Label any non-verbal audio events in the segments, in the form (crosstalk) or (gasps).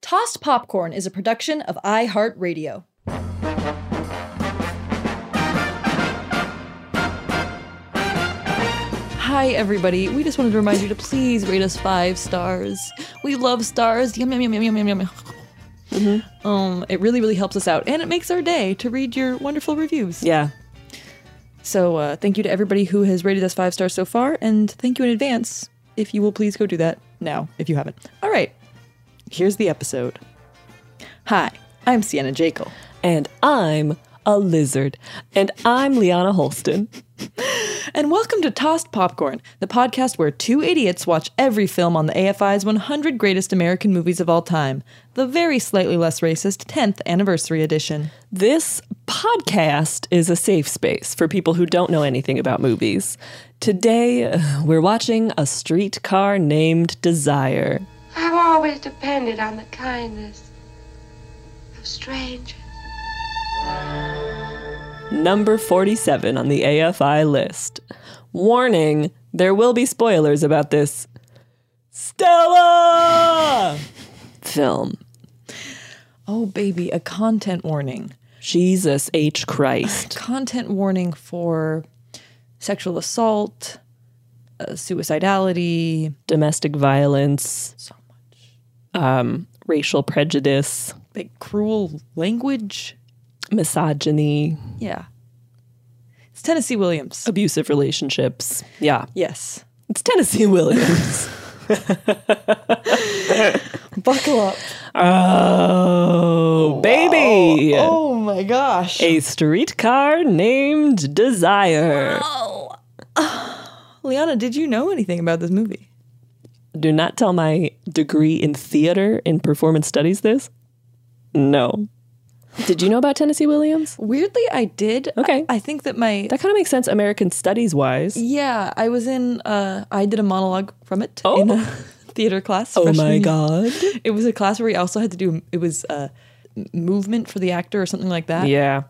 Tossed Popcorn is a production of iHeartRadio. Hi, everybody. We just wanted to remind you to please rate us five stars. We love stars. Yum, yum, yum, yum, yum, yum, yum. Um, it really, really helps us out, and it makes our day to read your wonderful reviews. Yeah. So, uh, thank you to everybody who has rated us five stars so far, and thank you in advance if you will please go do that now if you haven't. All right. Here's the episode. Hi, I'm Sienna Jekyll. And I'm a lizard. And I'm Liana Holston. And welcome to Tossed Popcorn, the podcast where two idiots watch every film on the AFI's 100 Greatest American Movies of All Time, the very slightly less racist 10th Anniversary Edition. This podcast is a safe space for people who don't know anything about movies. Today, (sighs) uh, we're watching A Streetcar Named Desire. I've always depended on the kindness of strangers. number 47 on the AFI list. Warning, there will be spoilers about this Stella film. Oh, baby, a content warning. Jesus H. Christ. Content warning for sexual assault, uh, suicidality, Domestic violence. So much. Um, racial prejudice, like cruel language. misogyny, Yeah. It's Tennessee Williams. abusive relationships. Yeah. yes. It's Tennessee (laughs) Williams. Buckle (laughs) up. oh, baby. Oh my gosh. A streetcar named Desire. Liana, did you know anything about this movie? Do not tell my degree in theater and performance studies this. No. Did you know about Tennessee Williams? Weirdly, I did. Okay. I, I think that my That kind of makes sense American studies wise. yeah, I was in. Uh, I did a monologue from it Oh. in a (laughs) theater class. Oh freshman my year. god. It was a class where we also had to do. It was uh, m- movement for the actor or something like that. Yeah.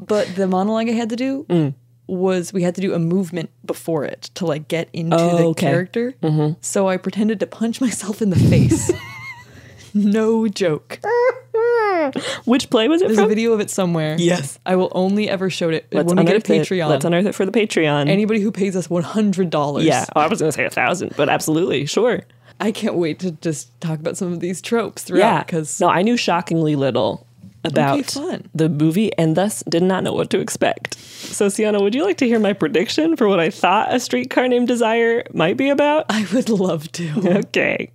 But the monologue I had to do Mm. was we had to do a movement before it to like get into Oh, the okay. Mm-hmm. character. So I pretended to punch myself in the (laughs) face. no joke. Which play was it There's from? a video of it somewhere. Yes. I will only ever show it Let's when we get a unearth it. Patreon. Let's unearth it for the Patreon. Anybody who pays us one hundred dollars. yeah. Oh, I was going to say a thousand, but absolutely. Sure. I can't wait to just talk about some of these tropes Yeah. throughout because no, I knew shockingly little. about fun. the movie and thus did not know what to expect. So, Sienna, would you like to hear my prediction for what I thought a streetcar named Desire might be about? I would love to. Okay.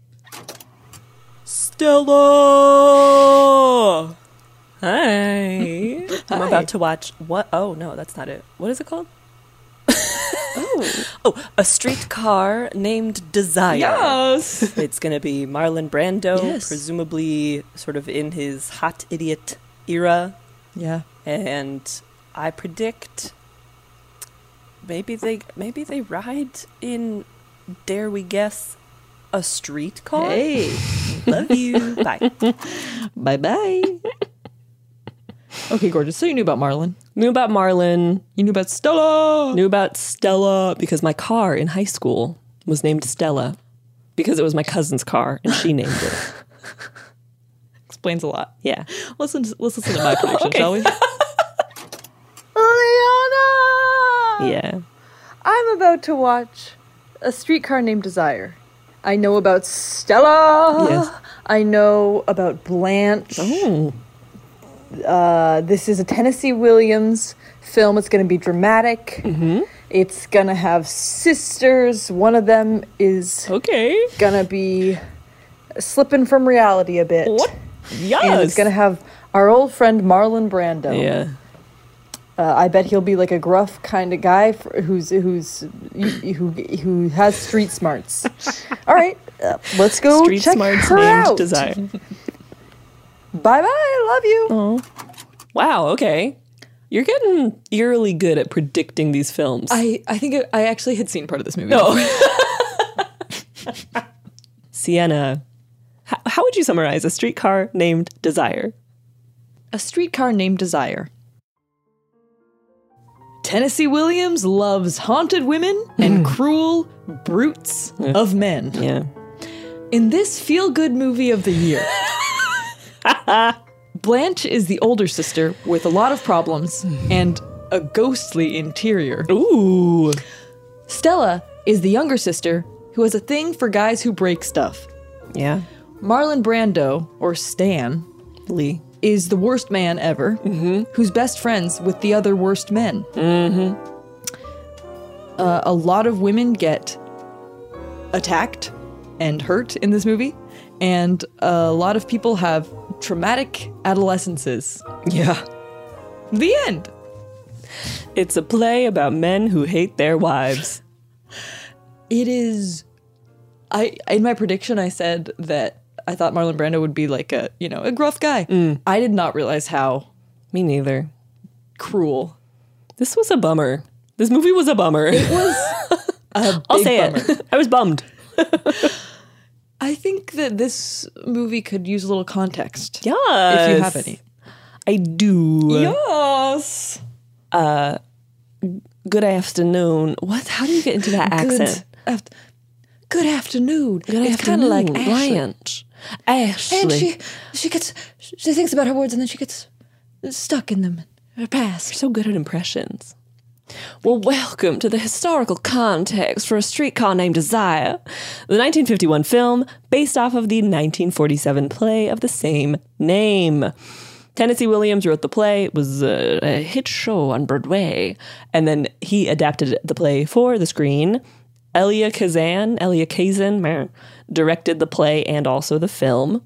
Stella! Hi. I'm about to watch what? Oh no, that's not it. What is it called? (laughs) oh. a streetcar named Desire. Yes. (laughs) It's gonna be Marlon Brando, Yes. presumably sort of in his hot idiot era, Yeah. and I predict maybe they maybe they ride in. Dare we guess? A streetcar. Hey. (laughs) Love you. Bye. Bye bye. okay, gorgeous. So you knew about Marlon. Knew about Marlon, You knew about Stella. knew about Stella because my car in high school was named Stella because it was my cousin's car and she named (laughs) it. Explains a lot. Yeah. Let's listen. Let's listen (laughs) to my prediction, shall we? Yeah. I'm about to watch a streetcar named Desire. I know about Stella. Yes. I know about Blanche. Oh. Uh, this is a Tennessee Williams film. It's going to be dramatic. Mm-hmm. It's going to have sisters. One of them Oh, is Okay. going to be slipping from reality a bit. What? Yes. And it's going to have our old friend Marlon Brando. yeah. Uh, I bet he'll be like a gruff kind of guy for, who's who's who who has street (laughs) smarts. All right, uh, let's go Street check smarts her named out. Desire. Bye bye, love you. Oh, Wow, okay. You're getting eerily good at predicting these films. I I think I actually had seen part of this movie. (laughs) Sienna, how, how would you summarize a streetcar named Desire? A Streetcar Named Desire. Tennessee Williams loves haunted women and cruel brutes of men. Yeah. In this feel good movie of the year, Blanche is the older sister with a lot of problems and a ghostly interior. Ooh. Stella is the younger sister who has a thing for guys who break stuff. Yeah. Marlon Brando, or Stan, Lee. is the worst man ever, who's best friends with the other worst men. Mm-hmm. Uh, a lot of women get attacked and hurt in this movie, and a lot of people have traumatic adolescences. Yeah. The end. It's a play about men who hate their wives. It is. I in my prediction, I said that I thought Marlon Brando would be like a you know a gruff guy. I did not realize how Me neither. cruel. This was a bummer. This movie was a bummer. (laughs) It was I'll big say bummer. it. (laughs) I was bummed. I think that this movie could use a little context. Yes. if you have any. I do. Yes. Good afternoon. What? How do you get into that accent? Good, aft- good afternoon. Good it's kind of like afternoon, Ashley. Blanche. Ashley. And she she gets she thinks about her words and then she gets stuck in them. Her past. so good at impressions. Well, welcome to the historical context for a streetcar named Desire, the 1951 film based off of the 1947 play of the same name. Tennessee Williams wrote the play, it was a, a hit show on Broadway, and then he adapted the play for the screen. Elia Kazan, Elia Kazan, meh, directed the play and also the film.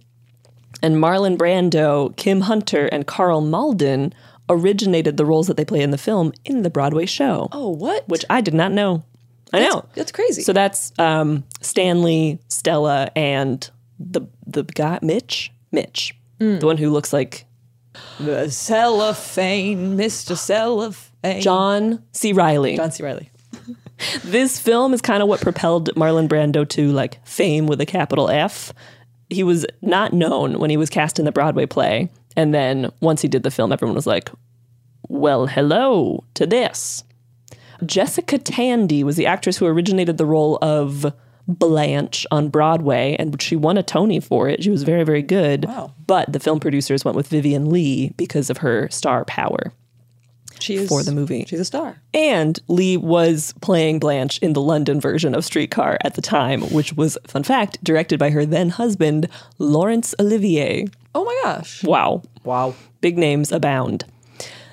And Marlon Brando, Kim Hunter, and Carl Malden originated the roles that they play in the film in the Broadway show. Oh, what? Which I did not know. I know. that's crazy. So that's um, Stanley, Stella, and the the guy Mitch. Mitch. The one who looks like the cellophane, Mr. Cellophane. John C. Riley. John C. Riley. this film is kind of what propelled Marlon Brando to like fame with a capital F. He was not known when he was cast in the Broadway play. And then once he did the film, everyone was like, well, hello to this. Jessica Tandy was the actress who originated the role of Blanche on Broadway, and she won a Tony for it. She was very, very good. But the film producers went with Vivian Lee because of her star power. She is- for the movie. She's a star. And Lee was playing Blanche in the London version of Streetcar at the time, which was, fun fact, directed by her then husband, Laurence Olivier. Oh my gosh. Wow. Wow. Big names abound.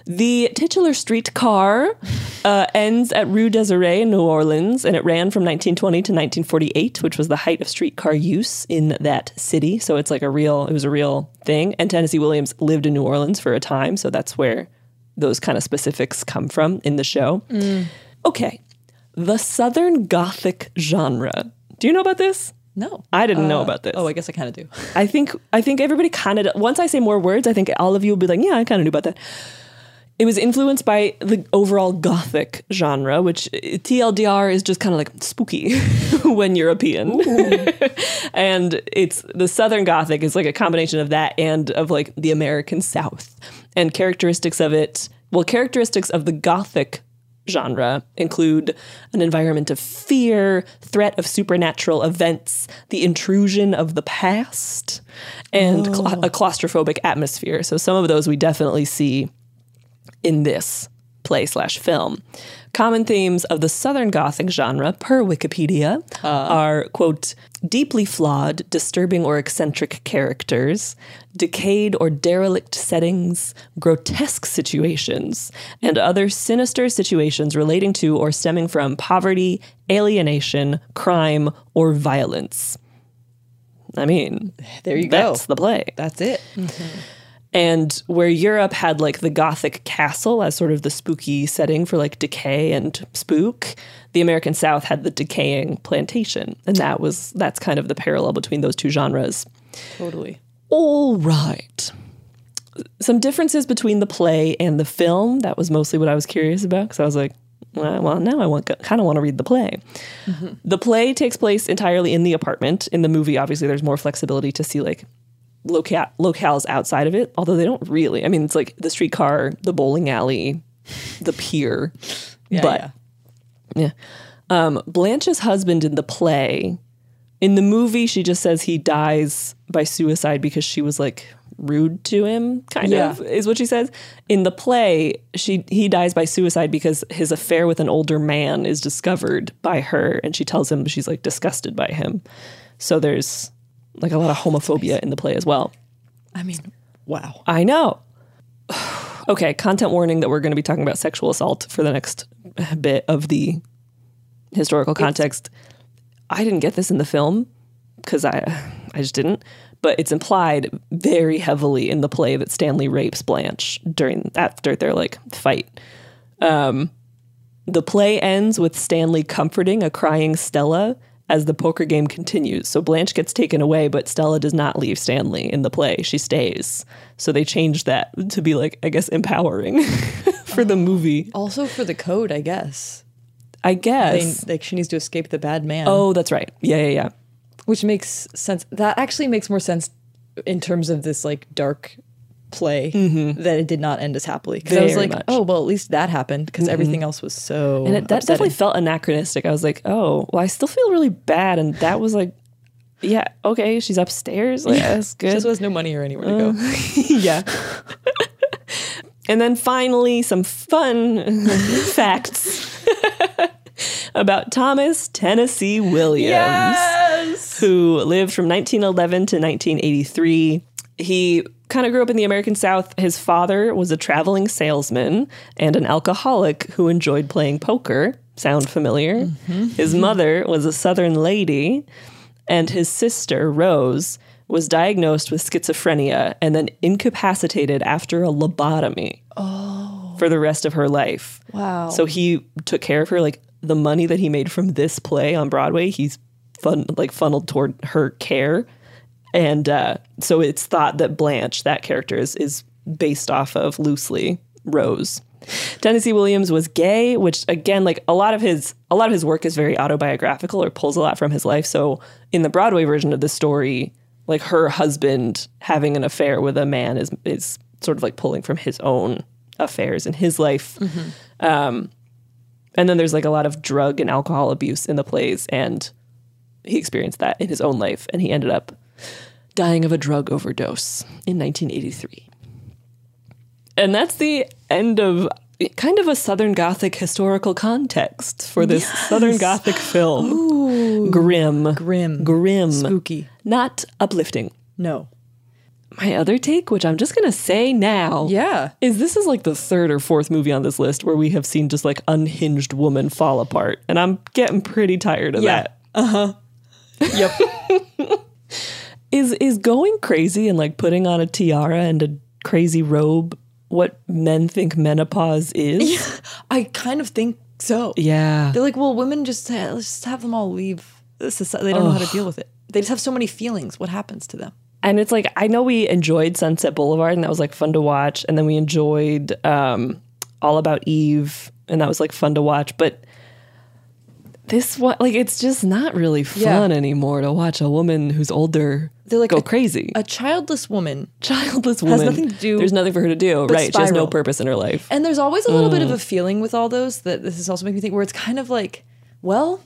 The titular streetcar uh, ends at Rue Desiree in New Orleans, and it ran from 1920 to 1948, which was the height of streetcar use in that city. So it's like a real, it was a real thing. And Tennessee Williams lived in New Orleans for a time, so that's where those kind of specifics come from in the show. Mm. Okay, the Southern Gothic genre. Do you know about this? No. I didn't know Uh, about this. Oh, I guess I kind of do. I think I think everybody kind of once I say more words, I think all of you will be like, yeah, I kind of knew about that. It was influenced by the overall gothic genre, which uh, TLDR is just kind of like spooky (laughs) when European. (laughs) and it's the Southern Gothic is like a combination of that and of like the American South and characteristics of it. Well, characteristics of the Gothic genre include an environment of fear, threat of supernatural events, the intrusion of the past, and cla a claustrophobic atmosphere. So some of those we definitely see in this play slash film. Common themes of the Southern Gothic genre, per Wikipedia, Uh. are quote deeply flawed, disturbing or eccentric characters, decayed or derelict settings, grotesque situations, and other sinister situations relating to or stemming from poverty, alienation, crime, or violence. I mean, There you go. that's the play. That's it. And where Europe had like the Gothic castle as sort of the spooky setting for like decay and spook, the American South had the decaying plantation. And that was that's kind of the parallel between those two genres. Totally. All right. Some differences between the play and the film. That was mostly what I was curious about because I was like, well, well, now I want kind of want to read the play. The play takes place entirely in the apartment. In the movie, obviously, there's more flexibility to see like loca- locales outside of it, although they don't really. I mean, it's like the streetcar, the bowling alley, the pier. but yeah. yeah. Um, Blanche's husband in the play, in the movie, she just says he dies by suicide because she was like rude to him, kind Yeah. of is what she says. In the play, she he dies by suicide because his affair with an older man is discovered by her, and she tells him she's like disgusted by him. So there's like a lot of homophobia in the play as well. I mean, wow. I know. (sighs) okay, content warning that we're going to be talking about sexual assault for the next bit of the historical context. I didn't get this in the film because I (sighs) I just didn't, but it's implied very heavily in the play that Stanley rapes Blanche during after their like fight. The play ends with Stanley comforting a crying Stella as the poker game continues. So Blanche gets taken away, but Stella does not leave Stanley in the play. She stays. So they changed that to be like, I guess, empowering (laughs) for the movie. Also for the code, I guess. I They, guess. like she needs to escape the bad man. oh, that's right. Yeah, yeah, yeah. which makes sense. That actually makes more sense in terms of this like dark play that it did not end as happily. Because I was Mm-hmm. Very like, much. Mm-hmm. oh well, at least that happened because everything else was so. And it, that upsetting. definitely felt anachronistic. I was like, oh, well, I still feel really bad. And that was like, yeah, okay, she's upstairs. Like, That's She good. just has no money or anywhere to go. Uh. yeah. and then finally, some fun facts (laughs) about Thomas Tennessee Williams, who lived from 1911 to 1983. He kind of grew up in the American South. His father was a traveling salesman and an alcoholic who enjoyed playing poker. Sound familiar? His mother was a Southern lady and his sister, Rose, was diagnosed with schizophrenia and then incapacitated after a lobotomy for the rest of her life. Wow. So he took care of her. Like the money that he made from this play on Broadway, he's fun, like funneled toward her care. And uh, so it's thought that Blanche, that character, is, is based off of loosely Rose. Tennessee Williams was gay, which again, like a lot of his a lot of his work is very autobiographical or pulls a lot from his life. So in the Broadway version of the story, like her husband having an affair with a man is is sort of like pulling from his own affairs in his life. Um, and then there's like a lot of drug and alcohol abuse in the plays, and he experienced that in his own life, and he ended up dying of a drug overdose in 1983. And that's the end of kind of a Southern Gothic historical context for this Southern Gothic film. grim, Grim. grim, Spooky. not uplifting. No. My other take, which I'm just gonna say now, Yeah. is this is like the third or fourth movie on this list where we have seen just like unhinged woman fall apart, and I'm getting pretty tired of Yeah. Uh-huh. that. Uh huh. (laughs) is is going crazy and like putting on a tiara and a crazy robe what men think menopause is? I kind of think so. Yeah. They're like, well, women just ha- let's just have them all leave the society. They don't know how to deal with it. They just have so many feelings. What happens to them? And it's like I know we enjoyed Sunset Boulevard and that was like fun to watch, and then we enjoyed um, All About Eve and that was like fun to watch, but this one like it's just not really fun anymore to watch a woman who's older They're like go a- crazy. A childless woman. (laughs) childless woman nothing to do There's nothing for her to do, but right? She has spiral. no purpose in her life. And there's always a little bit Mm. of a feeling with all those that this is also making me think where it's kind of like, well,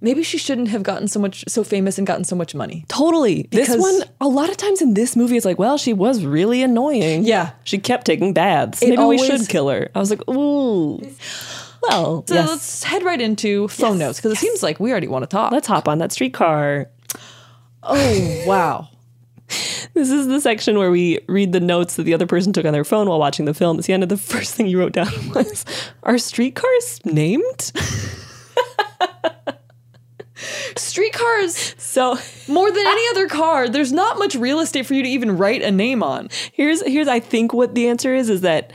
maybe she shouldn't have gotten so much so famous and gotten so much money. Totally. this Because- one, a lot of times in this movie, it's like, well, she was really annoying. Yeah. She kept taking baths. It Maybe we always- should kill her. I was like, ooh. Well, So yes. let's, let's head right into phone notes because it seems like we already want to talk. hop on that streetcar. oh (laughs) wow. This is the section where we read the notes that the other person took on their phone while watching the film. It's the end of the (laughs) first thing you wrote down was, are streetcars named? (laughs) Streetcars So more Ah. than any other car, there's not much real estate for you to even write a name on. here's here's I think what the answer is is that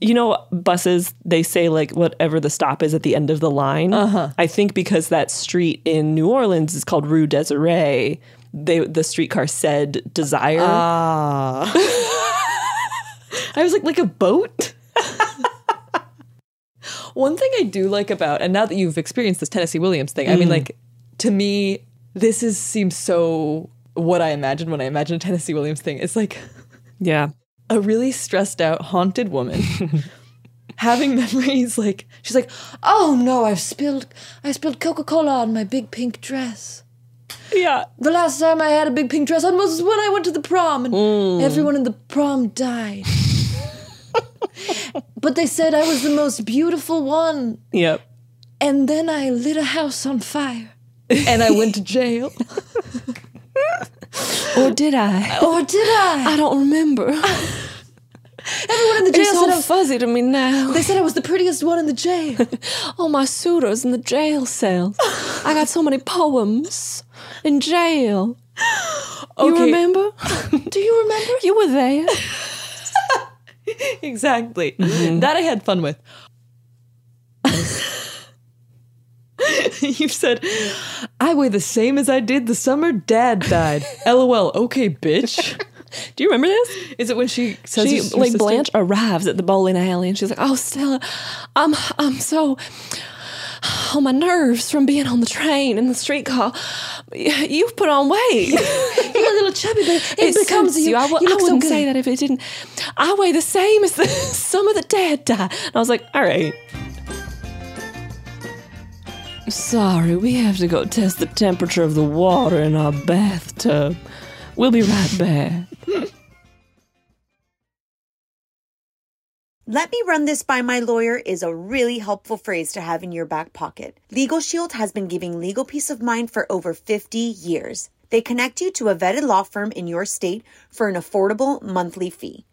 you know buses they say like whatever the stop is at the end of the line. Uh-huh. I think because that street in New Orleans is called Rue Desiree, they the streetcar said Desire. Ah. (laughs) I was like, like a boat? (laughs) One thing I do like about, and now that you've experienced this Tennessee Williams thing, I mean, like, to me, this is seems so what I imagined when I imagined a Tennessee Williams thing. It's like yeah. a really stressed out, haunted woman having memories like she's like, Oh no, I've spilled I spilled Coca-Cola on my big pink dress. Yeah. The last time I had a big pink dress on was when I went to the prom, and Hmm. everyone in the prom (laughs) died. but they said I was the most beautiful one, Yep. and then I lit a house on fire, and I went to jail. Or Oh, did (laughs) I? or did I? I don't remember. (laughs) Everyone in the jail It's said I all was, fuzzy to me now. they said I was the prettiest one in the jail. (laughs) All my suitors in the jail cells. I got so many poems in jail. You (laughs) Okay. remember? Do you remember? You were there. exactly. Mm-hmm. That I had fun with. (laughs) You've said, I weigh the same as I did the summer dad (laughs) died. LOL. Okay, bitch. Do you remember this? Is it when she says she your- your like sister- Blanche arrives at the bowling alley and she's like, "Oh, Stella, I'm I'm so on my nerves from being on the train and the streetcar. You've put on weight. (laughs) You're a little chubby, but it, it becomes becomes you. you. I, w- you I look so wouldn't good. say that if it didn't. I weigh the same as (laughs) the some of the dead die." And I was like, "All right." Sorry, we have to go test the temperature of the water in our bathtub. We'll be right back. Let me run this by my lawyer is a really helpful phrase to have in your back pocket. Legal Shield has been giving legal peace of mind for over 50 years. They connect you to a vetted law firm in your state for an affordable monthly fee.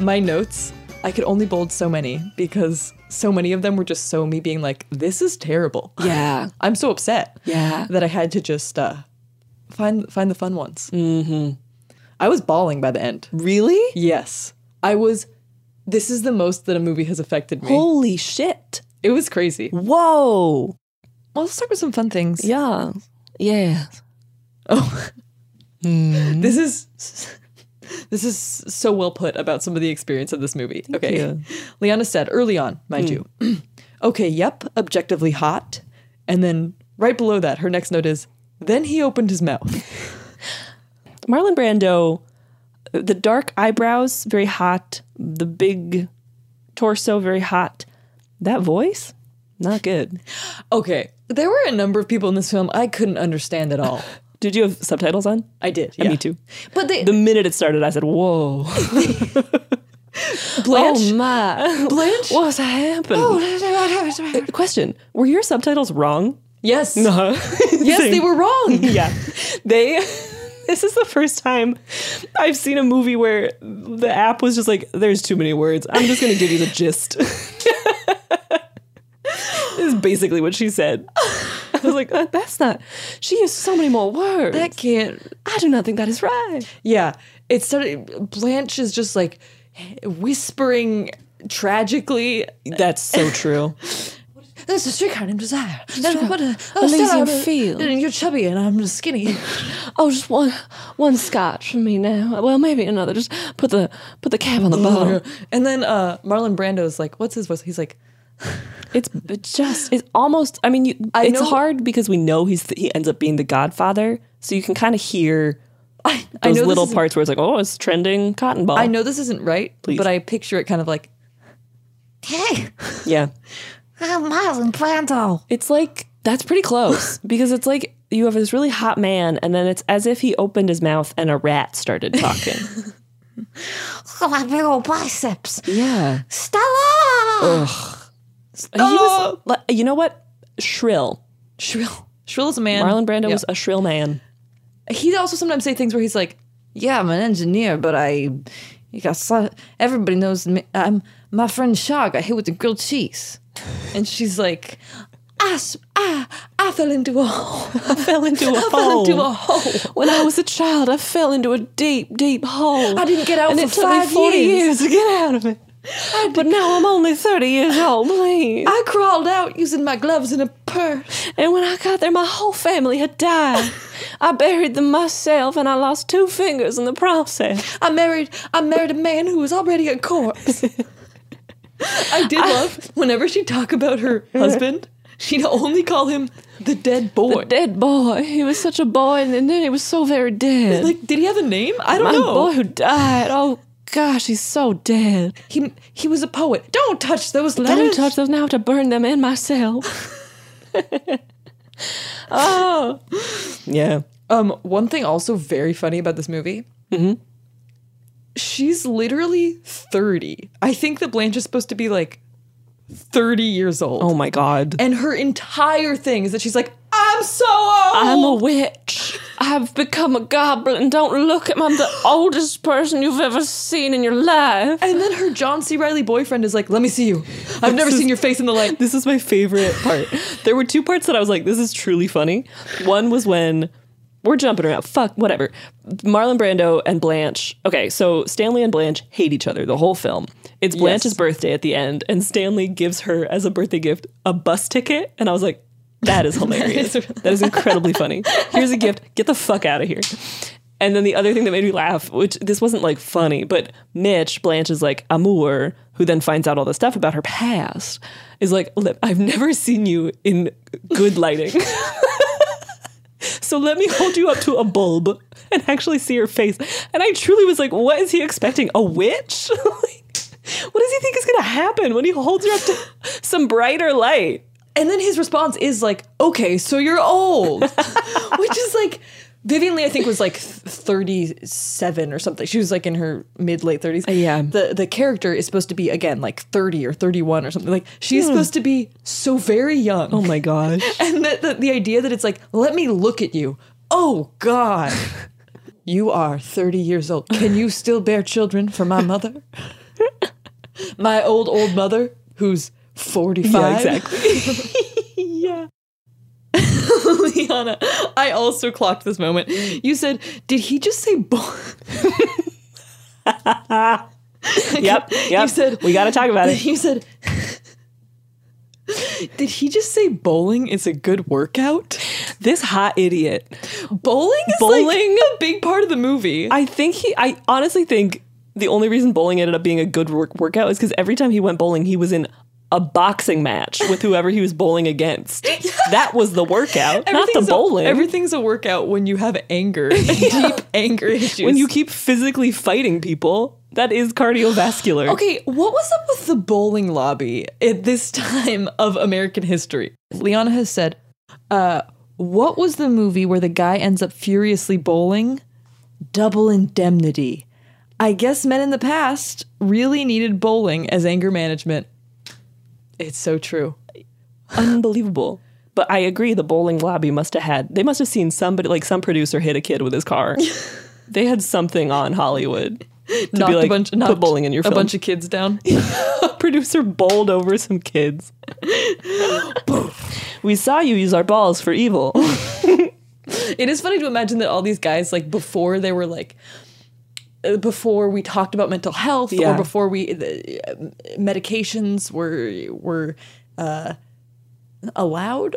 my notes, I could only bold so many because so many of them were just so me being like, this is terrible. (laughs) Yeah. I'm so upset. Yeah. That I had to just uh, find find the fun ones. Mm-hmm. I was bawling by the end. Really? Yes. I was this is the most that a movie has affected me. Holy shit. It was crazy. Well, Whoa. let's talk about some fun things. Yeah. Oh, Yeah. This is (laughs) this is so well put about some of the experience of this movie. okay. Liana said early on, mind Hmm. you. (clears throat) okay, yep, objectively hot. And then right below that, her next note is then he opened his mouth. (laughs) Marlon Brando, the dark eyebrows, very hot. The big torso, very hot. That voice, not good. Okay. There were a number of people in this film I couldn't understand at (laughs) all. Did you have subtitles on? I did. Yeah, Yeah. Me too. But they The minute it started, I said, (laughs) "Whoa, Blanche oh my, Blanche? what's happened?" Uh, Question: Were your subtitles wrong? Yes. (laughs) No. Yes, they were wrong. (laughs) yeah, they. (laughs) This is the first time I've seen a movie where the app was just like, "There's too many words. I'm just going to give you the gist." (laughs) this is basically what she said. I was like, "That- "That's not." She used so many more words. That can't I do not think that is right. Yeah, it started. Blanche is just like whispering tragically. That's so (laughs) true. There's a streetcar named Desire. That's what a, oh, Elysium Stella, I'm a- Field. You're chubby and I'm (laughs) skinny. Oh, just one one scotch for me now. Well, maybe another. Just put the put the cap on the bottle. (laughs) and then uh, Marlon Brando's like, "What's his voice?" He's like, It's it's just it's almost. I mean, you, I it's know- hard because we know he's he ends up being the Godfather, so you can kind of hear "I, I those know little this isn't- parts where it's like, oh, it's trending cotton ball. I know this isn't right, Oh. Please. but I picture it kind of like Yeah, I'm Marlon Brando. it's like that's pretty (laughs) close because it's like you have this really hot man, and then it's as if he opened his mouth and a (laughs) rat started talking. Oh, my big old biceps, yeah. Stella. He Oh. was, li- you know what? Shrill. Shrill, shrill as a man. Marlon Brando Yeah. was a shrill man. he also sometimes say things where he's like, "Yeah, I'm an engineer, but I, you got so, everybody knows me. I'm my friend Shaw got hit with the grilled cheese," and she's like, "I, s- I, I fell into a hole. fell (laughs) into a I hole. fell into a hole. When I was a child, I fell into a deep, deep hole. I didn't get out and for it took five me 40 years. years. to get out of it. But now I'm only 30 years old, please. I crawled out using my gloves and a purse. and when I got there, my whole family had died. (laughs) I buried them myself, and I lost two fingers in the process. I married, I married a man who was already a (laughs) corpse." I did love whenever she talk about (laughs) her husband, she'd only call him the dead boy. The dead boy. He was such a boy, and then he was so very dead. Like, did he have a name? I don't my know. boy who died. Oh, gosh, he's so dead. He he was a poet. Don't touch those letters. Don't touch those now to burn them in myself. (laughs) (laughs) oh. Yeah. Um, one thing also very funny about this movie. Mm-hmm. She's literally thirty. I think that Blanche is supposed to be like thirty years old. Oh my god. And her entire thing is that she's like, I'm so old. I'm a witch. I've become a goblin. Don't look at me. I'm the oldest person you've ever seen in your life. and then her John C. Riley boyfriend is like, Let me see you. I've never seen your face in the light. This is my favorite part. There were two parts that I was like, this is truly funny. One was when We're jumping around. Fuck, whatever. Marlon Brando and Blanche. Okay, so Stanley and Blanche hate each other the whole film. It's Blanche's birthday at the end, and Stanley gives her as a birthday gift a bus ticket. And I was like, that is hilarious. that is incredibly funny. Here's a gift. Get the fuck out of here. And then the other thing that made me laugh, which this wasn't like funny, but Mitch Blanche is like amour, who then finds out all the stuff about her past, is like, "Let- I've never seen you in good lighting. so let me hold you up to a bulb and actually see your face. And I truly was like, what is he expecting? A witch? (laughs) Like, what does he think is going to happen when he holds her up to some brighter light? And then his response is like, okay, so you're (laughs) old. Which is like, Vivian Lee, I think, was like th- 37 (laughs) or something. She was like in her mid late 30s. Uh, yeah. The, the character is supposed to be, again, like 30 or 31 or something. Like, she's supposed to be so very young. Hmm. Oh (laughs) my gosh. And the, the, the idea that it's like, let me look at you. Oh, (laughs) God. You are 30 years old. Can you still bear children for my (laughs) mother? my old, old mother, who's 45. Yeah, exactly. (laughs) Liana, I also clocked this moment. You said, did he just say bo-? yep. Yep. You said- we got to talk about it. You said, did he just say bowling is a good workout? This hot idiot. Bowling is Bowling? like a big part of the movie. I think he. I honestly think the only reason bowling ended up being a good work- workout is because every time he went bowling, he was in a boxing match with whoever he was bowling (laughs) against. That was the workout, not the Everything's a- bowling. everything's a workout when you have (laughs) anger, deep anger issues. when you keep physically fighting people, that is cardiovascular. Okay, what was up with the bowling lobby at this (laughs) time of American history? Liana has said, uh, what was the movie where the guy ends up furiously bowling? Double indemnity. I guess men in the past really needed bowling as anger management. It's so true. Unbelievable. But I agree, the bowling lobby must have had. They must have seen somebody, like some producer, hit a kid with his (laughs) car. they had something on Hollywood. To Knocked be like, a bunch, knocked put bowling in your a film. bunch of kids down. producer bowled over (laughs) some kids. we saw you use our balls (laughs) for evil. It is funny to imagine that all these guys, like before they were like, uh, before we talked about mental health Yeah. or before we the, uh, medications were were uh, allowed,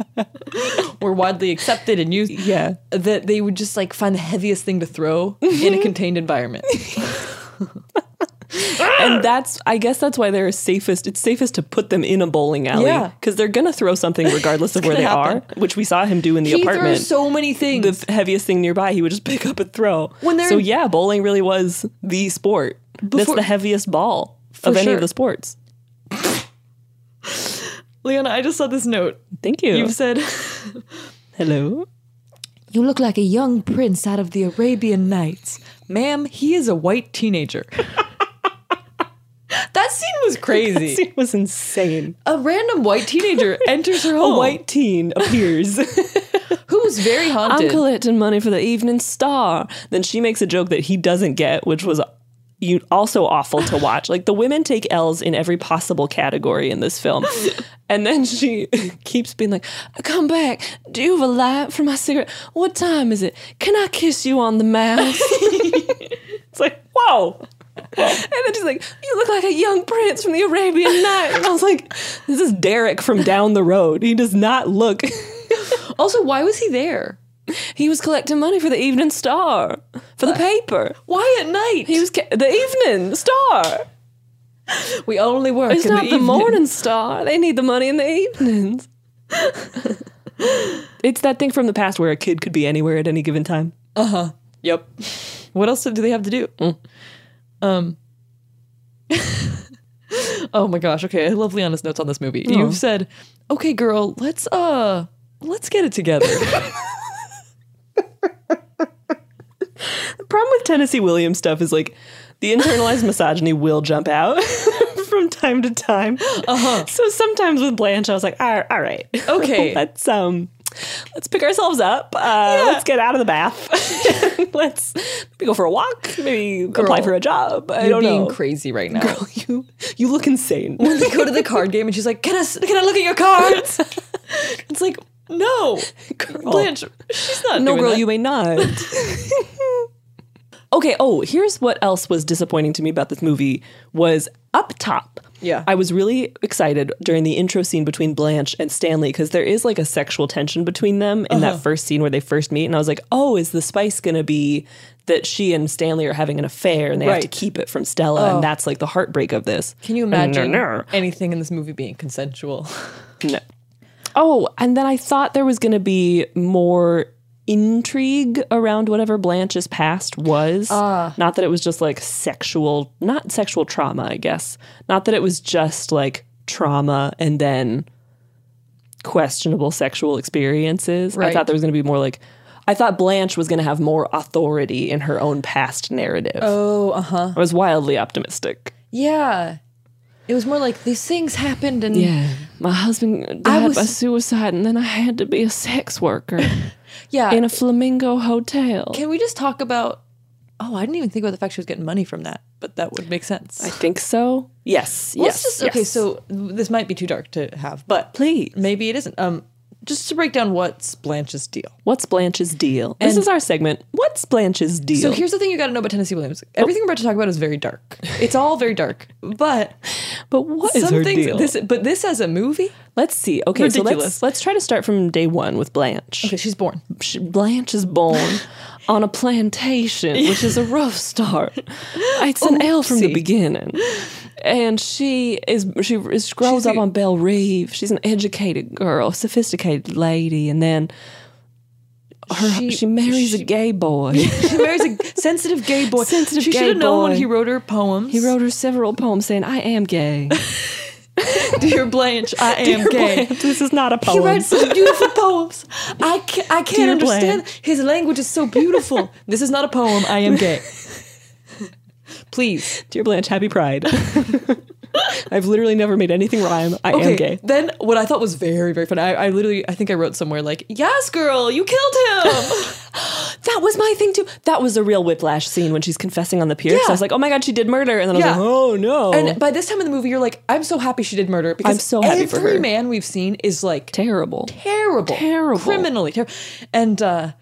(laughs) were widely accepted and used. Yeah. that they would just like find the heaviest thing to throw in Mm-hmm. a contained (laughs) environment. and that's I guess that's why they're safest. It's safest to put them in a bowling alley Yeah. because they're gonna throw something regardless of where they gonna are, which we saw him do in the he apartment. throws so many things. the f- heaviest thing nearby, he would just (laughs) pick up and throw. When they're- so yeah, bowling really was the sport. that's Before- the heaviest ball of any sure. of the sports. Leona, I just saw this note. Thank you. You've said. Hello. You look like a young prince out of the Arabian Nights. Ma'am, he is a white teenager. that scene was crazy. (laughs) It was insane. A random white (laughs) teenager enters her A home white teen appears. who's very haunted. I'm collecting money for the Evening Star. Then she makes a joke that he doesn't get, which was you also awful to watch. Like the women take L's in every possible category in this film. And then she (laughs) keeps being like, "Come back. Do you have a light for my cigarette? What time is it? Can I kiss you on the mouth?" (laughs) it's like, "Whoa." And then she's like, "You look like a young prince from the Arabian Night." And I was like, "This is Derek from down the road. He does not (laughs) look also, why was he there? he was collecting money for the Evening Star for the paper. Why at night? He was ca- the Evening Star. we only work It's in not the, the, evening. Morning Star. They need the money in the evenings. it's that thing from the past where a kid could be anywhere at any given time. Yep. What else do they have to do? Mm. Um. (laughs) oh my gosh. Okay, I love Leanna's notes on this movie. You've said, "Okay, girl, let's uh, let's get it (laughs) together." The problem with Tennessee Williams stuff is like the internalized (laughs) misogyny will jump out. (laughs) From time to time, uh-huh. so sometimes with Blanche, I was like, "All all right, (laughs) Okay. let's um, let's pick ourselves up. Uh, Let's get out of (laughs) the bath. (laughs) let's maybe go for a walk. Maybe apply Girl, for a job. I You're don't being know. crazy right now. Girl, (laughs) you you look insane. (laughs) they go to the card game and she's like, "Can I s- can I look at your cards?" it's like, No, Blanche, she's not Oh. No, doing girl, that. you may not. (laughs) okay. Oh, here's what else was disappointing to me about this movie was up top. Yeah. I was really excited during the intro scene between Blanche and Stanley because there is like a sexual tension between them in that first scene where they first meet, and I was like, oh, is the spice gonna be? That she and Stanley are having an affair and they have to Right. keep it from Stella, Oh. and that's like the heartbreak of this. Can you And no, imagine no. anything in this movie being consensual? (laughs) No. Oh, and then I thought there was going to be more intrigue around whatever Blanche's past was. Ah. not that it was just like sexual, not sexual trauma, I guess. Not that it was just like trauma and then questionable sexual experiences. I Right. thought there was going to be more like, I thought Blanche was going to have more authority in her own past narrative. Oh, uh huh. I was wildly optimistic. Yeah. It was more like these things happened and Yeah. My husband I died by was- suicide, and then I had to be a sex worker. yeah. in a flamingo hotel. Can we just talk about? Oh, I didn't even think about the fact she was getting money from that, but that would make sense. I think so. Yes. Well, let's yes. just okay. yes. So this might be too dark to have, but Please. maybe it isn't. Um, just to break down what's Blanche's deal. what's Blanche's deal? this And- is our segment. What's Blanche's deal? So here's the thing you got to know about Tennessee Williams. Everything we're about to talk about is very dark. It's all very dark, but but what is some her things. deal? This, but this as a movie. let's see. Okay, so let's Ridiculous. let's try to start from day one with Blanche. Okay, she's born. She- Blanche is (laughs) born on a plantation, which is a rough start. It's an L from the Oopsie. beginning. And she is she is, grows up on Belle Reeve. She's an educated girl, sophisticated lady, and then her, she, She- marries a gay boy. She marries a sensitive gay boy. Sensitive she gay should have known when boy. he wrote her poems. He wrote her several poems saying, "I am gay." "Dear Blanche, I am (laughs) Dear gay." Blanche, this is not a poem. He writes such beautiful poems. I can't, I can't Dear understand. His language is so beautiful. this is not a poem. I am gay. Please. Dear Blanche, happy Pride. (laughs) I've literally never made anything rhyme. I am gay. Then what I thought was very, very funny. I, I literally, I think I wrote somewhere like, "Yes, girl, you killed him." (laughs) That was my thing too. That was a real whiplash scene when she's confessing on the pier. 'cause I Yeah. was like, oh my god, she did murder, and then I was Yeah. like, oh no, and by this time in the movie, you're like, "I'm so happy she did murder." Because I'm so happy for every her. man we've seen is like terrible. terrible, Terrible. criminally terrible. And uh,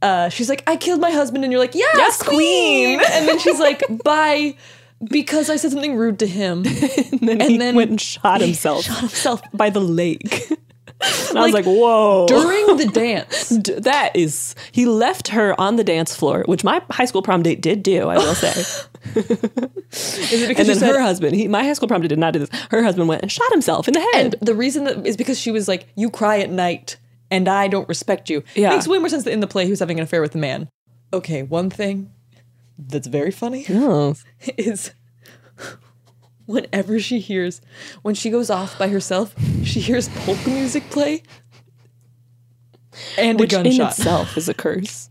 uh, she's like, "I killed my husband," and you're like, "Yes, Yes, queen. (laughs) and then she's like, "Bye." Because I said something rude to him, (laughs) And then and he then- went and (laughs) shot himself. shot himself. by the lake. (laughs) and I was Like, like, whoa. during the dance. D- (laughs) that is, he left her on the dance floor, which my high school prom date did do, I (laughs) will say. Is it and because then she said, her husband, he, my high school prom date did not do this. Her husband went and shot himself in the head. and the reason that is because she was like, "You cry at night, and I don't respect you." Yeah. makes way more sense that in the play he was having an affair with the man. Okay, one thing that's very funny oh, (laughs) is whenever she hears when she goes off by herself, she hears polka music play and which a in gunshot. itself is a curse.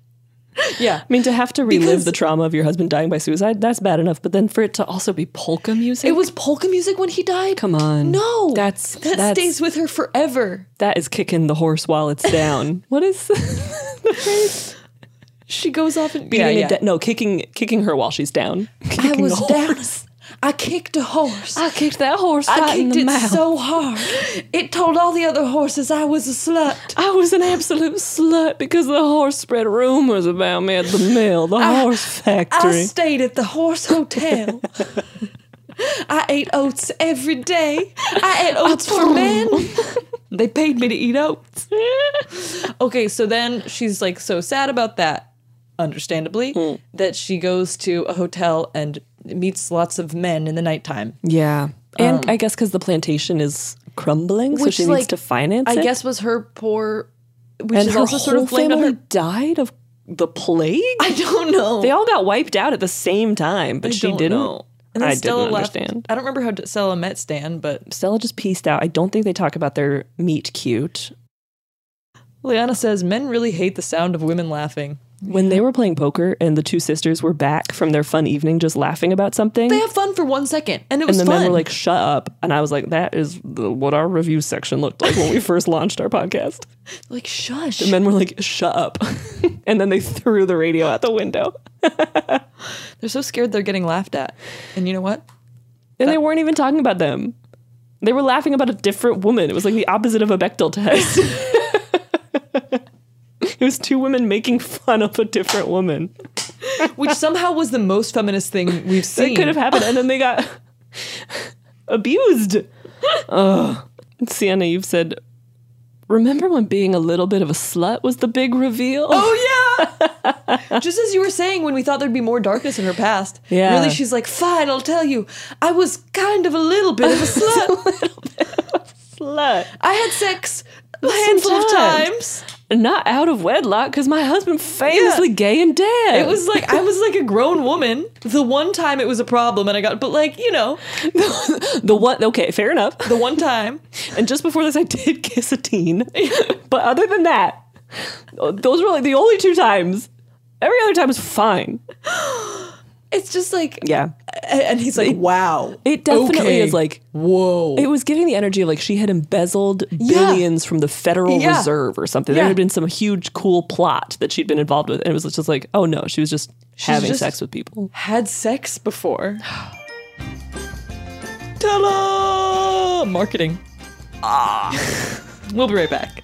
yeah, (laughs) I mean, to have to relive Because- the trauma of your husband dying by suicide, that's bad enough. But then for it to also be polka music, it was polka music when he died. Come on. no, That's- that that's- stays with her forever. that is kicking the horse while it's (laughs) down. what is (laughs) the phrase? She goes off and Beating it da- no, kicking kicking her while she's down. I Kicking (laughs) was the down. horse. I kicked a horse. I kicked that horse I right in kicked the it mouth. so hard. It told all the other horses I was a slut. I was an absolute slut because the horse spread rumors about me at the mill, the horse I factory. stayed at the horse hotel. I ate oats every day. I ate oats for men. (laughs) They paid me to eat oats. Okay, so then she's like so sad about that, understandably, that she goes to a hotel and meets lots of men in the nighttime. yeah, and I guess because the plantation is crumbling, so um, Which, she needs like, to finance I it. guess was her poor, which and is her also sort whole of blamed on family her. died of the plague. (laughs) I don't know. they all got wiped out at the same time, but I she don't didn't. know. And then I Stella didn't left. understand. I don't remember how Stella met Stan, but Stella just pieced out. I don't think they talk about their meet cute. Liana says men really hate the sound of women laughing. When they were playing poker and the two sisters were back from their fun evening just laughing about something, They have fun for one second, and it was and the fun. men were like, "Shut up!" And I was like, "That is the, what our review section looked like when we (laughs) first launched our podcast." like shush. The men were like, "Shut up!" (laughs) and then they threw the radio out the window, they're so scared they're getting laughed at. And you know what? and they weren't even talking about them. They were laughing about a different woman. It was like the opposite of a Bechtel test. (laughs) It was two women making fun of a different woman. (laughs) Which somehow was the most feminist thing we've seen. That could have happened, and then they got (laughs) abused. Ugh. Sienna, you've said, remember when being a little bit of a slut was the big reveal? Oh (laughs) yeah. Just as you were saying when we thought there'd be more darkness in her past. Yeah. Really she's like, "Fine, I'll tell you. I was kind of a little bit of (laughs) a slut. slut. I had sex a handful of times. Not out of wedlock, because my husband famously Yeah. gay and dead. It was like I was like a grown woman. The one time it was a problem and I got but like, you know, the one. Okay, fair enough. the one time And just before this, I did (laughs) kiss a teen. but other than that, those were like the only two times. Every other time is fine. (laughs) it's just like Yeah. a- and he's like, "Wow." It definitely Okay. is like Whoa. It was giving the energy of like she had embezzled billions from the Federal Yeah. Reserve or something. There Yeah. had been some huge cool plot that she'd been involved with, and it was just like, oh no, she was just having just- sex with people. had sex before. (gasps) Ta-da! Marketing. Ah. we'll be right back.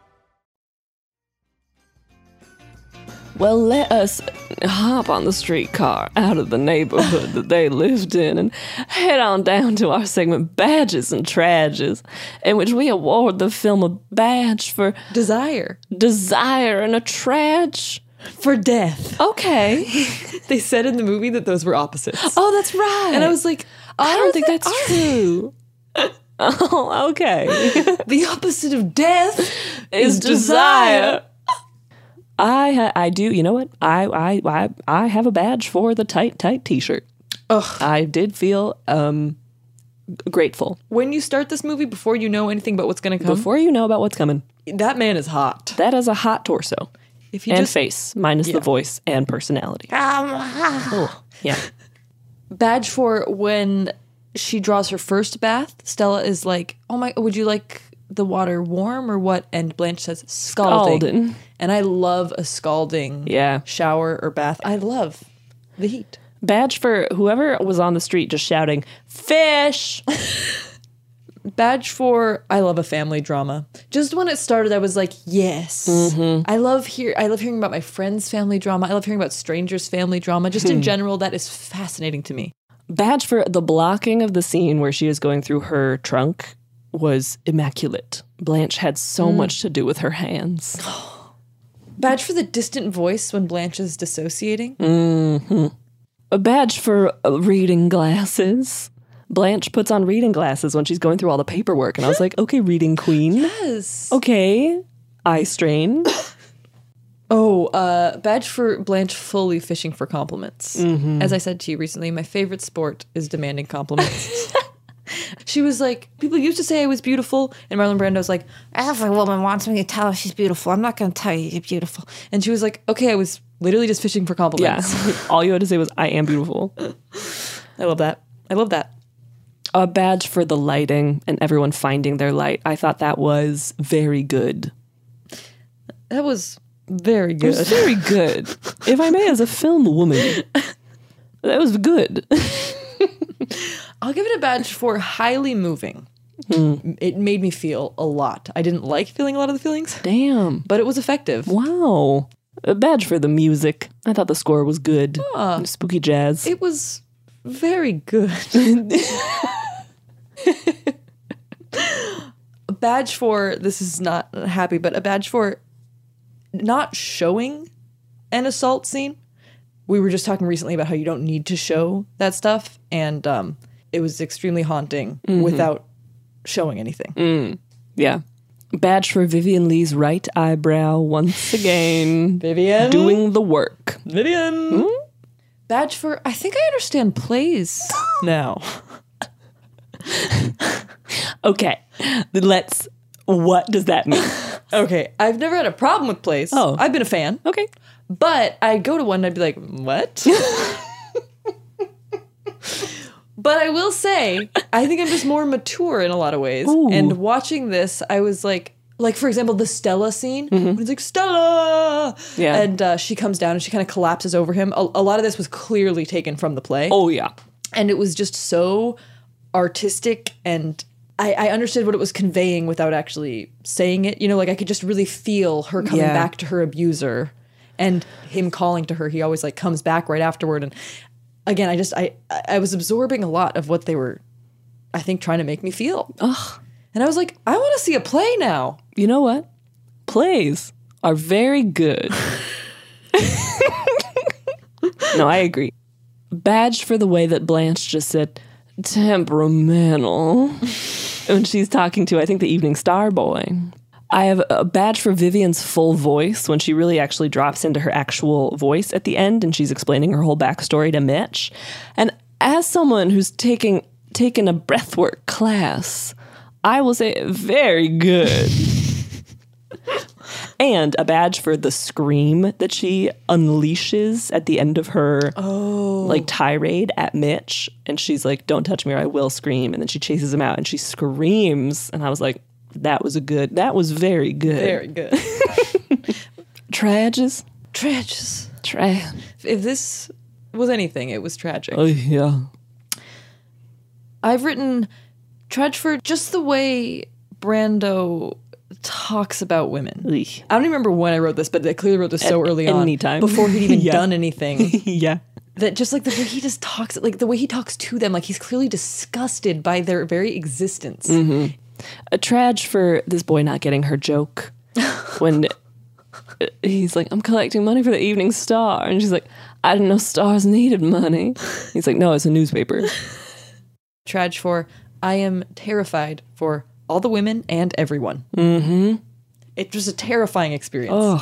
Well, let us hop on the streetcar out of the neighborhood that they lived in and head on down to our segment Badges and Trages, in which we award the film a badge for Desire desire and a trage. for death. (laughs) Okay. Oh. They said in the movie that those were opposites. Oh, that's right. And I was like, I how don't think the- that's true. (laughs) oh, okay. (laughs) the opposite of death Is desire. I ha- I do. You know what? I I I I have a badge for the tight tight T-shirt. Ugh. I did feel um grateful When you start this movie, before you know anything about what's going to come, before you know about what's coming. that man is hot. That is a hot torso If you and just face, minus the voice and personality. Oh, yeah. badge for when she draws her first bath, Stella is like, "Oh my, would you like the water warm or what?" And Blanche says, "Scalding." Scalding. And I love a scalding Yeah. shower or bath. I love the heat. Badge for whoever was on the street just shouting fish. Badge for I love a family drama. Just when it started, I was like, yes, Mm-hmm. I love hear I love hearing about my friends' family drama. I love hearing about strangers' family drama. Just Hmm. in general, that is fascinating to me. Badge for the blocking of the scene where she is going through her trunk Mm. was immaculate. Blanche had so much to do with her hands. Badge for the distant voice when Blanche is dissociating. hmm A badge for uh, reading glasses. Blanche puts on reading glasses when she's going through all the paperwork, and I (laughs) was like, okay, reading queen. Yes. Okay, (laughs) eye strain. Oh, uh, badge for Blanche fully fishing for compliments. As I said to you recently, my favorite sport is demanding (laughs) compliments. she was like, people used to say I was beautiful, and Marlon Brando's like, every woman wants me to tell her she's beautiful. I'm not going to tell you you're beautiful. And she was like, okay, I was literally just fishing for yeah, compliments. (laughs) all you had to say was, I am beautiful. I love that. I love that. A badge for the lighting and everyone finding their light. I thought that was very good. That was very It was good. very good. if I may, as a film woman, that was good. I'll give it a badge for highly moving. It made me feel a lot. I didn't like feeling a lot of the feelings, Damn. but it was effective. Wow. A badge for the music. I thought the score was good. Spooky jazz. Ah. It was very good. a badge for this is not happy, but a badge for not showing an assault scene. We were just talking recently about how you don't need to show that stuff, and um, it was extremely haunting without showing anything. yeah. Badge for Vivian Lee's right eyebrow once again. Vivian, Doing the work. Vivian, badge for I think I understand plays (laughs) now. Okay. Then Let's. What does (laughs) that mean? Okay, I've never had a problem with plays. Oh. I've been a fan. okay. But I'd go to one and I'd be like, what? but I will say, I think I'm just more mature in a lot of ways. And watching this, I was like, like for example, the Stella scene. When it's like Stella, Yeah. and uh, she comes down and she kind of collapses over him. A, a lot of this was clearly taken from the play Oh, yeah. and it was just so artistic and I, I understood what it was conveying without actually saying it. You know, like I could just really feel her coming Yeah. back to her abuser and him calling to her. He always like comes back right afterward. And again, I just I I I was absorbing a lot of what they were, I think, trying to make me feel. Ugh. And I was like, I want to see a play now. You know what? Plays are very good. no, I agree. Badged for the way that Blanche just said temperamental when she's talking to, I think, the Evening Star boy. I have a badge for Vivian's full voice when she really actually drops into her actual voice at the end and she's explaining her whole backstory to Mitch. And as someone who's taking taken a breathwork class, I will say very good and a badge for the scream that she unleashes at the end of her like tirade at Mitch and she's like don't touch me or I will scream and then she chases him out and she screams and I was like that was a good that was very good Very good. trages (laughs) Tragic. trag If this was anything, it was tragic. oh yeah I've written Tredford just the way Brando talks about women. Eesh. I don't even remember when I wrote this, but I clearly wrote this so early on, anytime. before he'd even Yeah. done (laughs) anything. (laughs) yeah that just like the way he just talks, like the way he talks to them, like he's clearly disgusted by their very existence. a trage for this boy not getting her joke when uh, he's like, I'm collecting money for the Evening Star. And she's like, I didn't know stars needed money. He's like, No, it's a newspaper. Traj for I am terrified for all the women and everyone. Mm-hmm. It was a terrifying experience.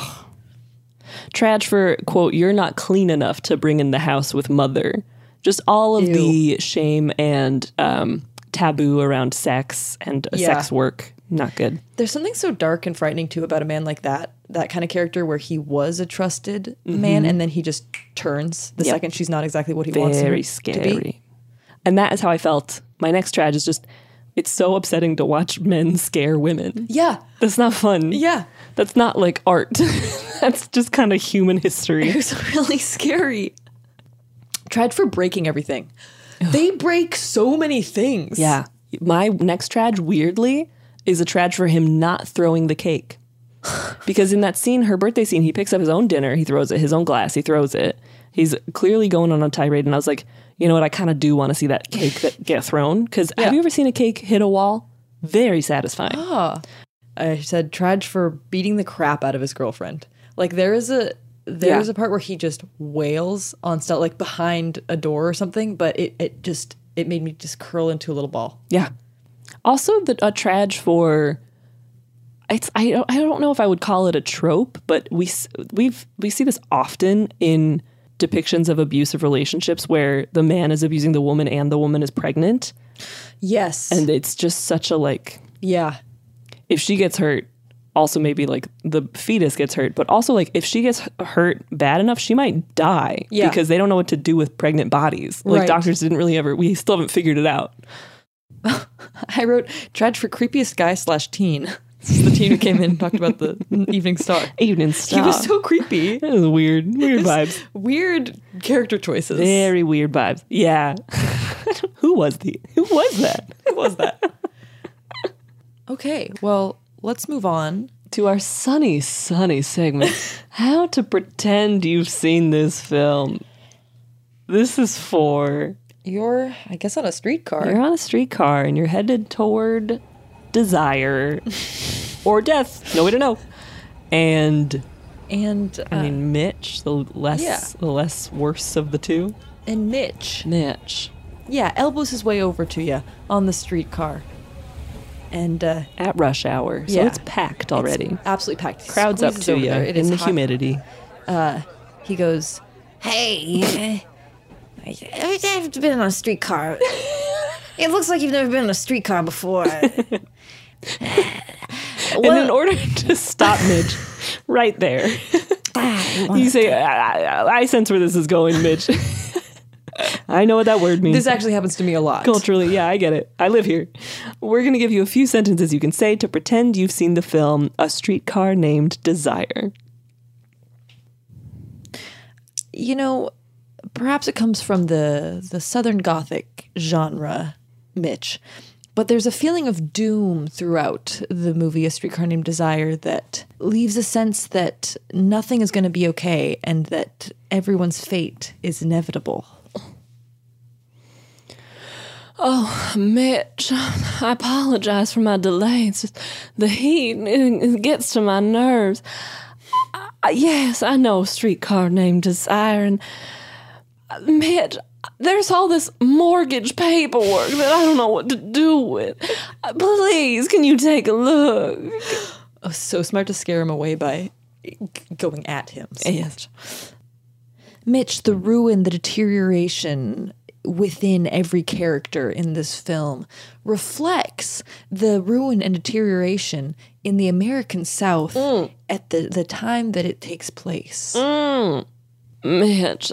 Trage for, quote, you're not clean enough to bring in the house with mother. Just all of the shame and um, taboo around sex and uh, Yeah. sex work. Not good. there's something so dark and frightening too about a man like that that kind of character where he was a trusted man and then he just turns the Mm-hmm. Yep. second she's not exactly what he wants her Very to be scary. And that is how I felt. My next trage is just, it's so upsetting to watch men scare women. yeah That's not fun. yeah (laughs) That's not like art. (laughs) That's just kind of human history. it was really scary tried for breaking everything they break so many things My next trage, weirdly, is a trage for him not throwing the cake. (sighs) Because in that scene, her birthday scene, he picks up his own dinner, he throws it, his own glass, he throws it. He's clearly going on a tirade. And I was like, you know what? I kind of do want to see that cake that get thrown. Because have you ever seen a cake hit a wall? Very satisfying. I said Traj for beating the crap out of his girlfriend. Like there is a there's Yeah. a part where he just wails on stuff like behind a door or something, but it it just it made me just curl into a little ball. Yeah. Also, the a trage for it's I don't, I don't know if I would call it a trope, but we s- we've we see this often in depictions of abusive relationships where the man is abusing the woman and the woman is pregnant, Yes. and it's just such a like yeah. (laughs) if she gets hurt, also maybe like the fetus gets hurt, but also like if she gets h- hurt bad enough, she might die Yeah. because they don't know what to do with pregnant bodies. Like Right. doctors didn't really ever we still haven't figured it out. I wrote trage for creepiest guy slash teen. (laughs) This is the teen who came in and talked about the (laughs) evening star. Ah. Evening star. He was so creepy. It was weird, weird vibes. Weird character choices. Very weird vibes. Yeah. (laughs) who was the (laughs) who was that? Who was that? okay, well, let's move on. To our sunny, sunny segment. How to pretend you've seen this film. This is for You're, I guess, on a streetcar. you're on a streetcar and you're headed toward desire or death. No way to know. And And uh, I mean Mitch, the less Yeah. the less worse of the two. and Mitch, Mitch. yeah, elbows his way over to you on the streetcar, and uh, At rush hour. So Yeah. it's packed already. it's absolutely packed. He Crowds up squeezes to over you there. It is in the hot. humidity. He goes, "Hey, uh, I- I've been on a streetcar. It looks like you've never been on a streetcar before." Uh, and in order (laughs) to stop Midge right (laughs) there, you say, I, I, I sense where this is (laughs) going, Midge. I know what that word means. this actually happens to me a lot. Culturally, yeah, I get it. I live here. We're going to give you a few sentences you can say to pretend you've seen the film A Streetcar Named Desire. you know, perhaps it comes from the the Southern Gothic genre, Mitch, but there's a feeling of doom throughout the movie A Streetcar Named Desire that leaves a sense that nothing is going to be okay and that everyone's fate is inevitable. Mitch, (laughs) I apologize for my delay. It's just the heat it, it gets to my nerves. I, yes, I know a streetcar named Desire, and uh, Mitch, there's all this mortgage paperwork that I don't know what to do with. Uh, Please, can you take a look? Oh, so smart to scare him away by g- going at him. so Yes. much. Mitch, the ruin, the deterioration within every character in this film reflects the ruin and deterioration in the American South at the, the time that it takes place. Mitch,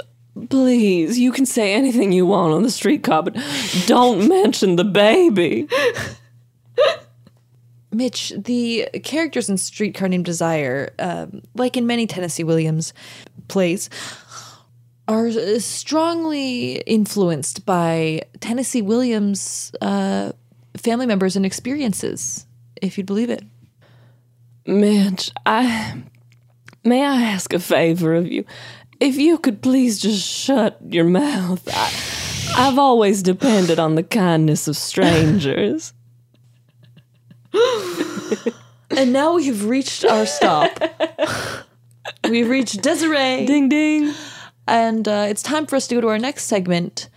please, you can say anything you want on the streetcar, but don't mention the baby. Mitch, the characters in Streetcar Named Desire, um, like in many Tennessee Williams plays, are uh, strongly influenced by Tennessee Williams' uh, family members and experiences, if you'd believe it. Mitch, I may I ask a favor of you? If you could please just shut your mouth. I, I've always depended on the kindness of strangers. And now we have reached our stop. (laughs) We've reached Desiree. ding ding. And uh, it's time for us to go to our next segment,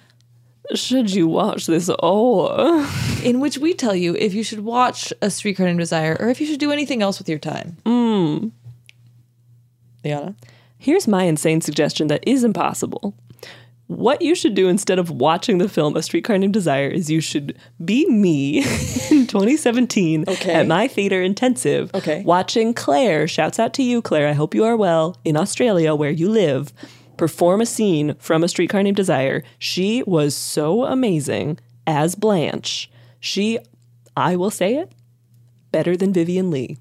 Should you watch this or in which we tell you if you should watch A Streetcar Named Desire or if you should do anything else with your time. Mm. Liana? Here's my insane suggestion that is impossible. What you should do instead of watching the film A Streetcar Named Desire is you should be me (laughs) in 2017 Okay. at my theater intensive Okay. watching Claire, shouts out to you, Claire, I hope you are well, in Australia where you live, perform a scene from A Streetcar Named Desire. She was so amazing as Blanche. She, I will say it, better than Vivian Lee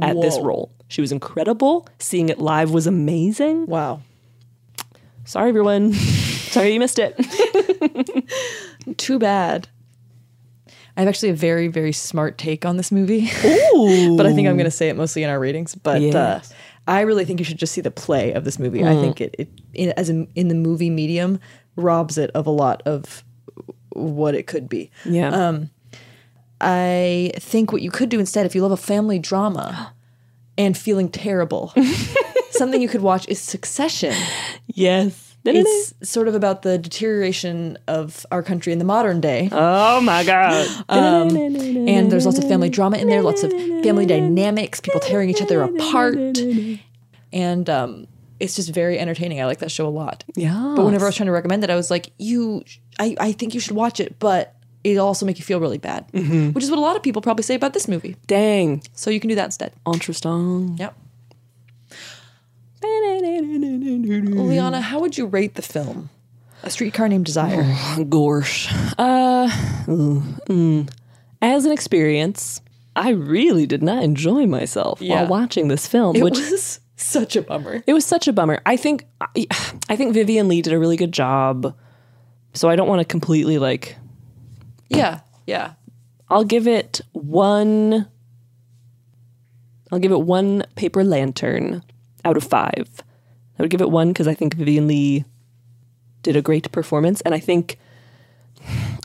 at this role. She was incredible. Seeing it live was amazing. Wow. Sorry, (laughs) everyone. Sorry you missed it. Too bad. I have actually a very, very smart take on this movie. (laughs) but I think I'm going to say it mostly in our ratings. But uh, Yes. Mm. I really think you should just see the play of this movie. I think it, it in, as in, in the movie medium, robs it of a lot of what it could be. Um, Yeah. I (gasps) (laughs) think what you could do instead, if you love a family drama and feeling terrible, something you could watch is Succession. Yes. It's sort of about the deterioration of our country in the modern day. Oh my (gasps) god. Um, and there's lots of family drama in there, lots of family dynamics, people tearing each other apart. And um, it's just very entertaining. I like that show a lot. Yeah. But whenever I was trying to recommend it, I was like, you, I, I think you should watch it, but it'll also make you feel really bad, which is what a lot of people probably say about this movie. Dang. So you can do that instead. Interesting. Yep. Liana, how would you rate the film? A Streetcar Named Desire. Gorsh. Uh, ooh, mm. as an experience, I really did not enjoy myself Yeah. while watching this film, it which was (laughs) such a bummer. it was such a bummer. I think I, I think Vivian Lee did a really good job. So I don't want to completely like Yeah, yeah. I'll give it one I'll give it one paper lantern out of 5. I would give it 1 cuz I think Vivian Lee did a great performance and I think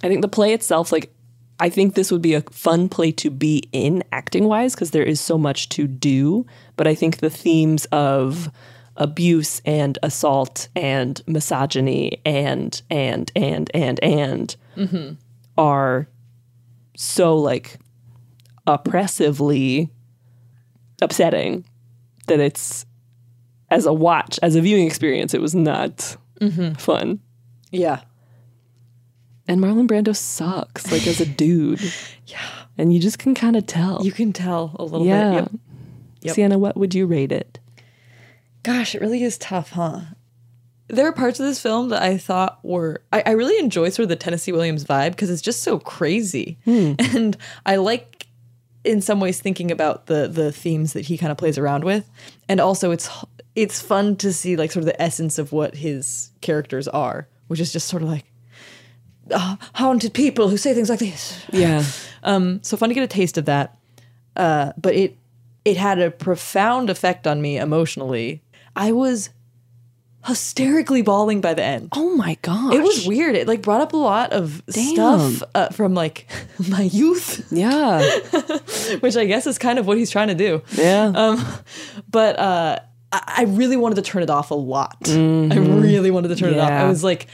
I think the play itself like I think this would be a fun play to be in acting wise because there is so much to do. But I think the themes of abuse and assault and misogyny and and and and and are so like oppressively upsetting that it's as a watch as a viewing experience it was not Mm-hmm. fun Yeah. and marlon brando sucks like (laughs) as a dude yeah and you just can kind of tell You can tell a little yeah bit. Yep. Yep. sienna what would you rate it Gosh, it really is tough, huh? There are parts of this film that I thought were I, I really enjoy sort of the Tennessee Williams vibe because it's just so crazy. (laughs) And I like in some ways thinking about the the themes that he kind of plays around with. And also it's it's fun to see like sort of the essence of what his characters are, which is just sort of like uh, haunted people who say things like this. yeah Um, so fun to get a taste of that. Uh, but it it had a profound effect on me emotionally. I was hysterically bawling by the end. (sighs) oh my gosh It was weird. It like brought up a lot of stuff uh, from like (laughs) my youth, (laughs) (laughs) yeah which I guess is kind of what he's trying to do. yeah Um, but uh, I, I really wanted to turn it off a lot. I really wanted to turn it off. Mm-hmm. Yeah. I was like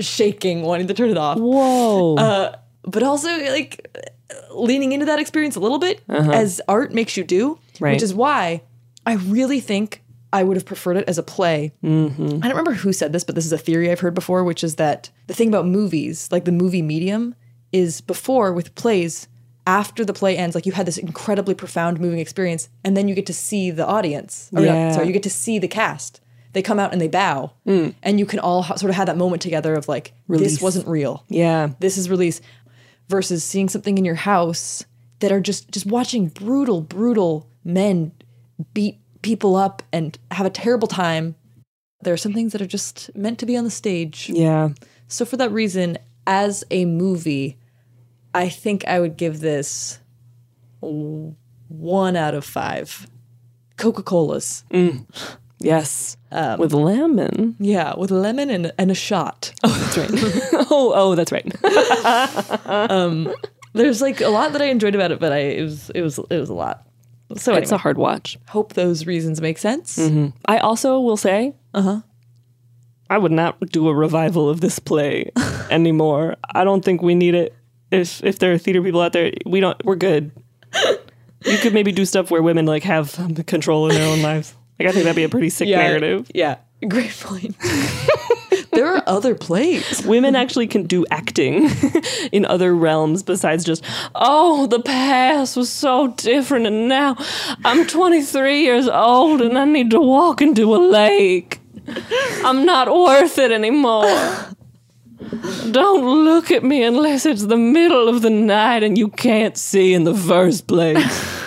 shaking, wanting to turn it off. whoa Uh, but also like leaning into that experience a little bit as art makes you do, Uh-huh. Right. which is why I really think I would have preferred it as a play. I Mm-hmm. don't remember who said this, but this is a theory I've heard before, which is that the thing about movies, like the movie medium, is before with plays, after the play ends, like you had this incredibly profound moving experience, and then you get to see the audience. Or not- Yeah. sorry, you get to see the cast. They come out and they bow, and you can all ha- sort of have that moment together of like, Mm. Release. this wasn't real yeah this is release versus seeing something in your house that are just just watching brutal brutal men beat people up and have a terrible time there are some things that are just meant to be on the stage yeah so for that reason as a movie i think i would give this w- one out of five coca-colas yes with lemon yeah with lemon and, and a shot that's right (laughs) oh oh that's right (laughs) there's like a lot that i enjoyed about it but i it was it was it was a lot so it's a hard watch hope those reasons make sense. I also will say, uh huh. I would not do a revival of this play anymore. I don't think we need it. If if there are theater people out there, we don't. We're good. you could maybe do stuff where women like have the control in their own lives. Like I think that'd be a pretty sick narrative. Yeah. (laughs) Great point. there are other plays. Women actually can do acting (laughs) in other realms besides just, oh, the past was so different and now I'm 23 years old and I need to walk into a lake. I'm not worth it anymore. Don't look at me unless it's the middle of the night and you can't see in the first place.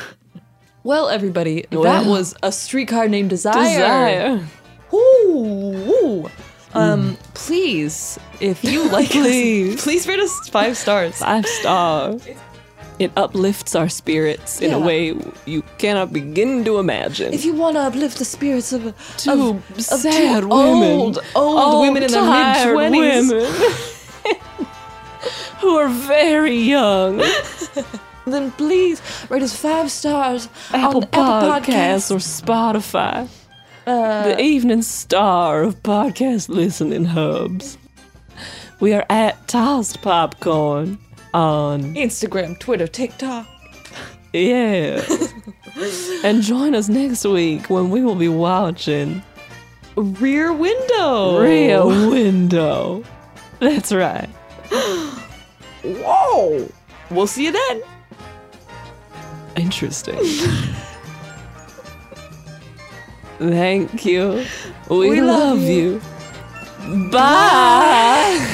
Well, everybody, that Well. was a streetcar named Desire. Desire. Ooh, ooh. Um, please, if (laughs) you like Please. us, please rate us five stars. Five star. It uplifts our spirits in a Yeah. way you cannot begin to imagine. If you want to uplift the spirits of, of- Two of sad two women. old, old, women in their mid tired twenties, women (laughs) who are very young. then please rate us five stars on Apple Apple Podcasts or Spotify. the evening star of podcast listening hubs. We are at Tossed Popcorn on Instagram, Twitter, TikTok. yeah. and join us next week when we will be watching Rear window. Rear Window. That's right. Whoa. We'll see you then. Interesting. Thank you. We, love, you. Bye.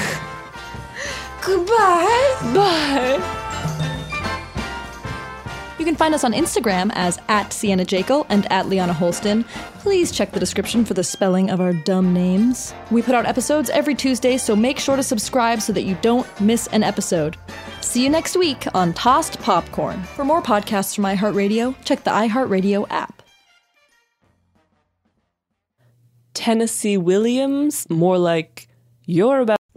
Goodbye. Bye. You can find us on Instagram as at Sienna Jekyll and at Liana Holston. Please check the description for the spelling of our dumb names. We put out episodes every Tuesday, so make sure to subscribe so that you don't miss an episode. See you next week on Tossed Popcorn. For more podcasts from iHeartRadio, check the iHeartRadio app. Tennessee Williams, more like you're about.